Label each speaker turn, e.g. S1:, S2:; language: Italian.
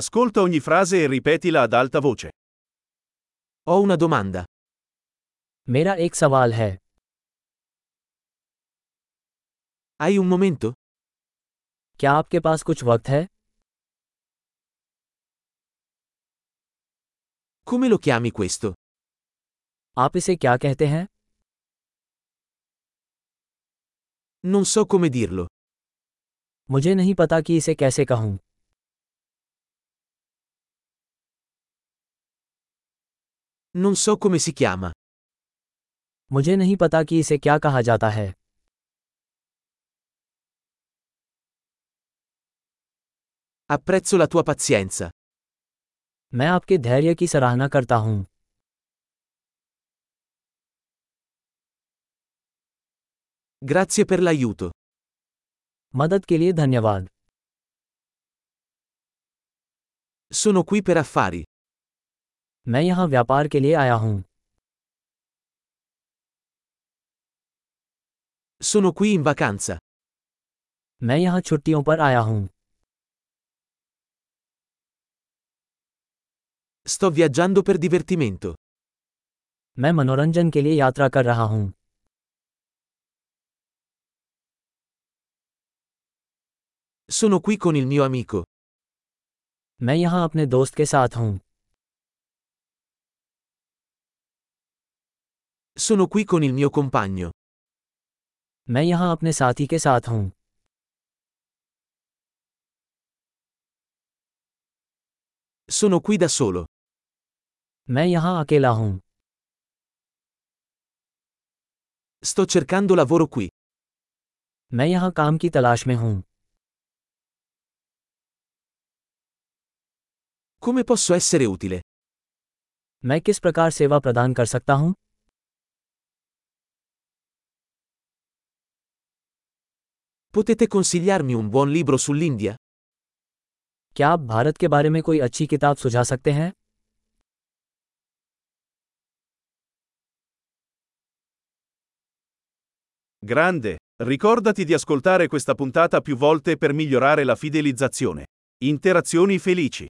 S1: Ascolta ogni frase e ripetila ad alta voce.
S2: Ho una domanda.
S3: मेरा एक सवाल है
S2: Hai un momento?
S3: क्या आपके पास कुछ वक्त है
S2: Come lo chiami questo?
S3: आप इसे क्या कहते हैं
S2: Non so come dirlo.
S3: मुझे नहीं पता कि इसे कैसे कहूँ
S2: Non so come si chiama.
S3: मुझे नहीं पता कि इसे क्या कहा जाता है
S2: Apprezzo la tua pazienza.
S3: मैं आपके धैर्य की सराहना करता हूँ
S2: Grazie per l'aiuto.
S3: मदद के लिए धन्यवाद
S2: Sono qui per affari.
S3: मैं यहाँ व्यापार के लिए आया हूँ
S2: Sono qui in vacanza.
S3: मैं यहाँ छुट्टियों पर आया हूँ
S2: Sto viaggiando per divertimento.
S3: मैं मनोरंजन के लिए यात्रा कर रहा हूँ
S2: Sono qui con il mio amico.
S3: मैं यहाँ अपने दोस्त के साथ हूँ
S2: Sono qui con il mio compagno.
S3: मैं यहाँ अपने साथी के साथ हूँ
S2: Sono qui da solo.
S3: मैं यहाँ अकेला हूँ
S2: Sto cercando lavoro qui.
S3: मैं यहाँ काम की तलाश में हूँ
S2: Come posso essere utile?
S3: मैं किस प्रकार सेवा प्रदान कर सकता हूँ
S2: Potete consigliarmi un buon libro sull'India?
S3: क्या आप भारत के बारे में कोई अच्छी किताब सुझा सकते हैं
S1: Grande! Ricordati di ascoltare questa puntata più volte per migliorare la fidelizzazione. Interazioni felici.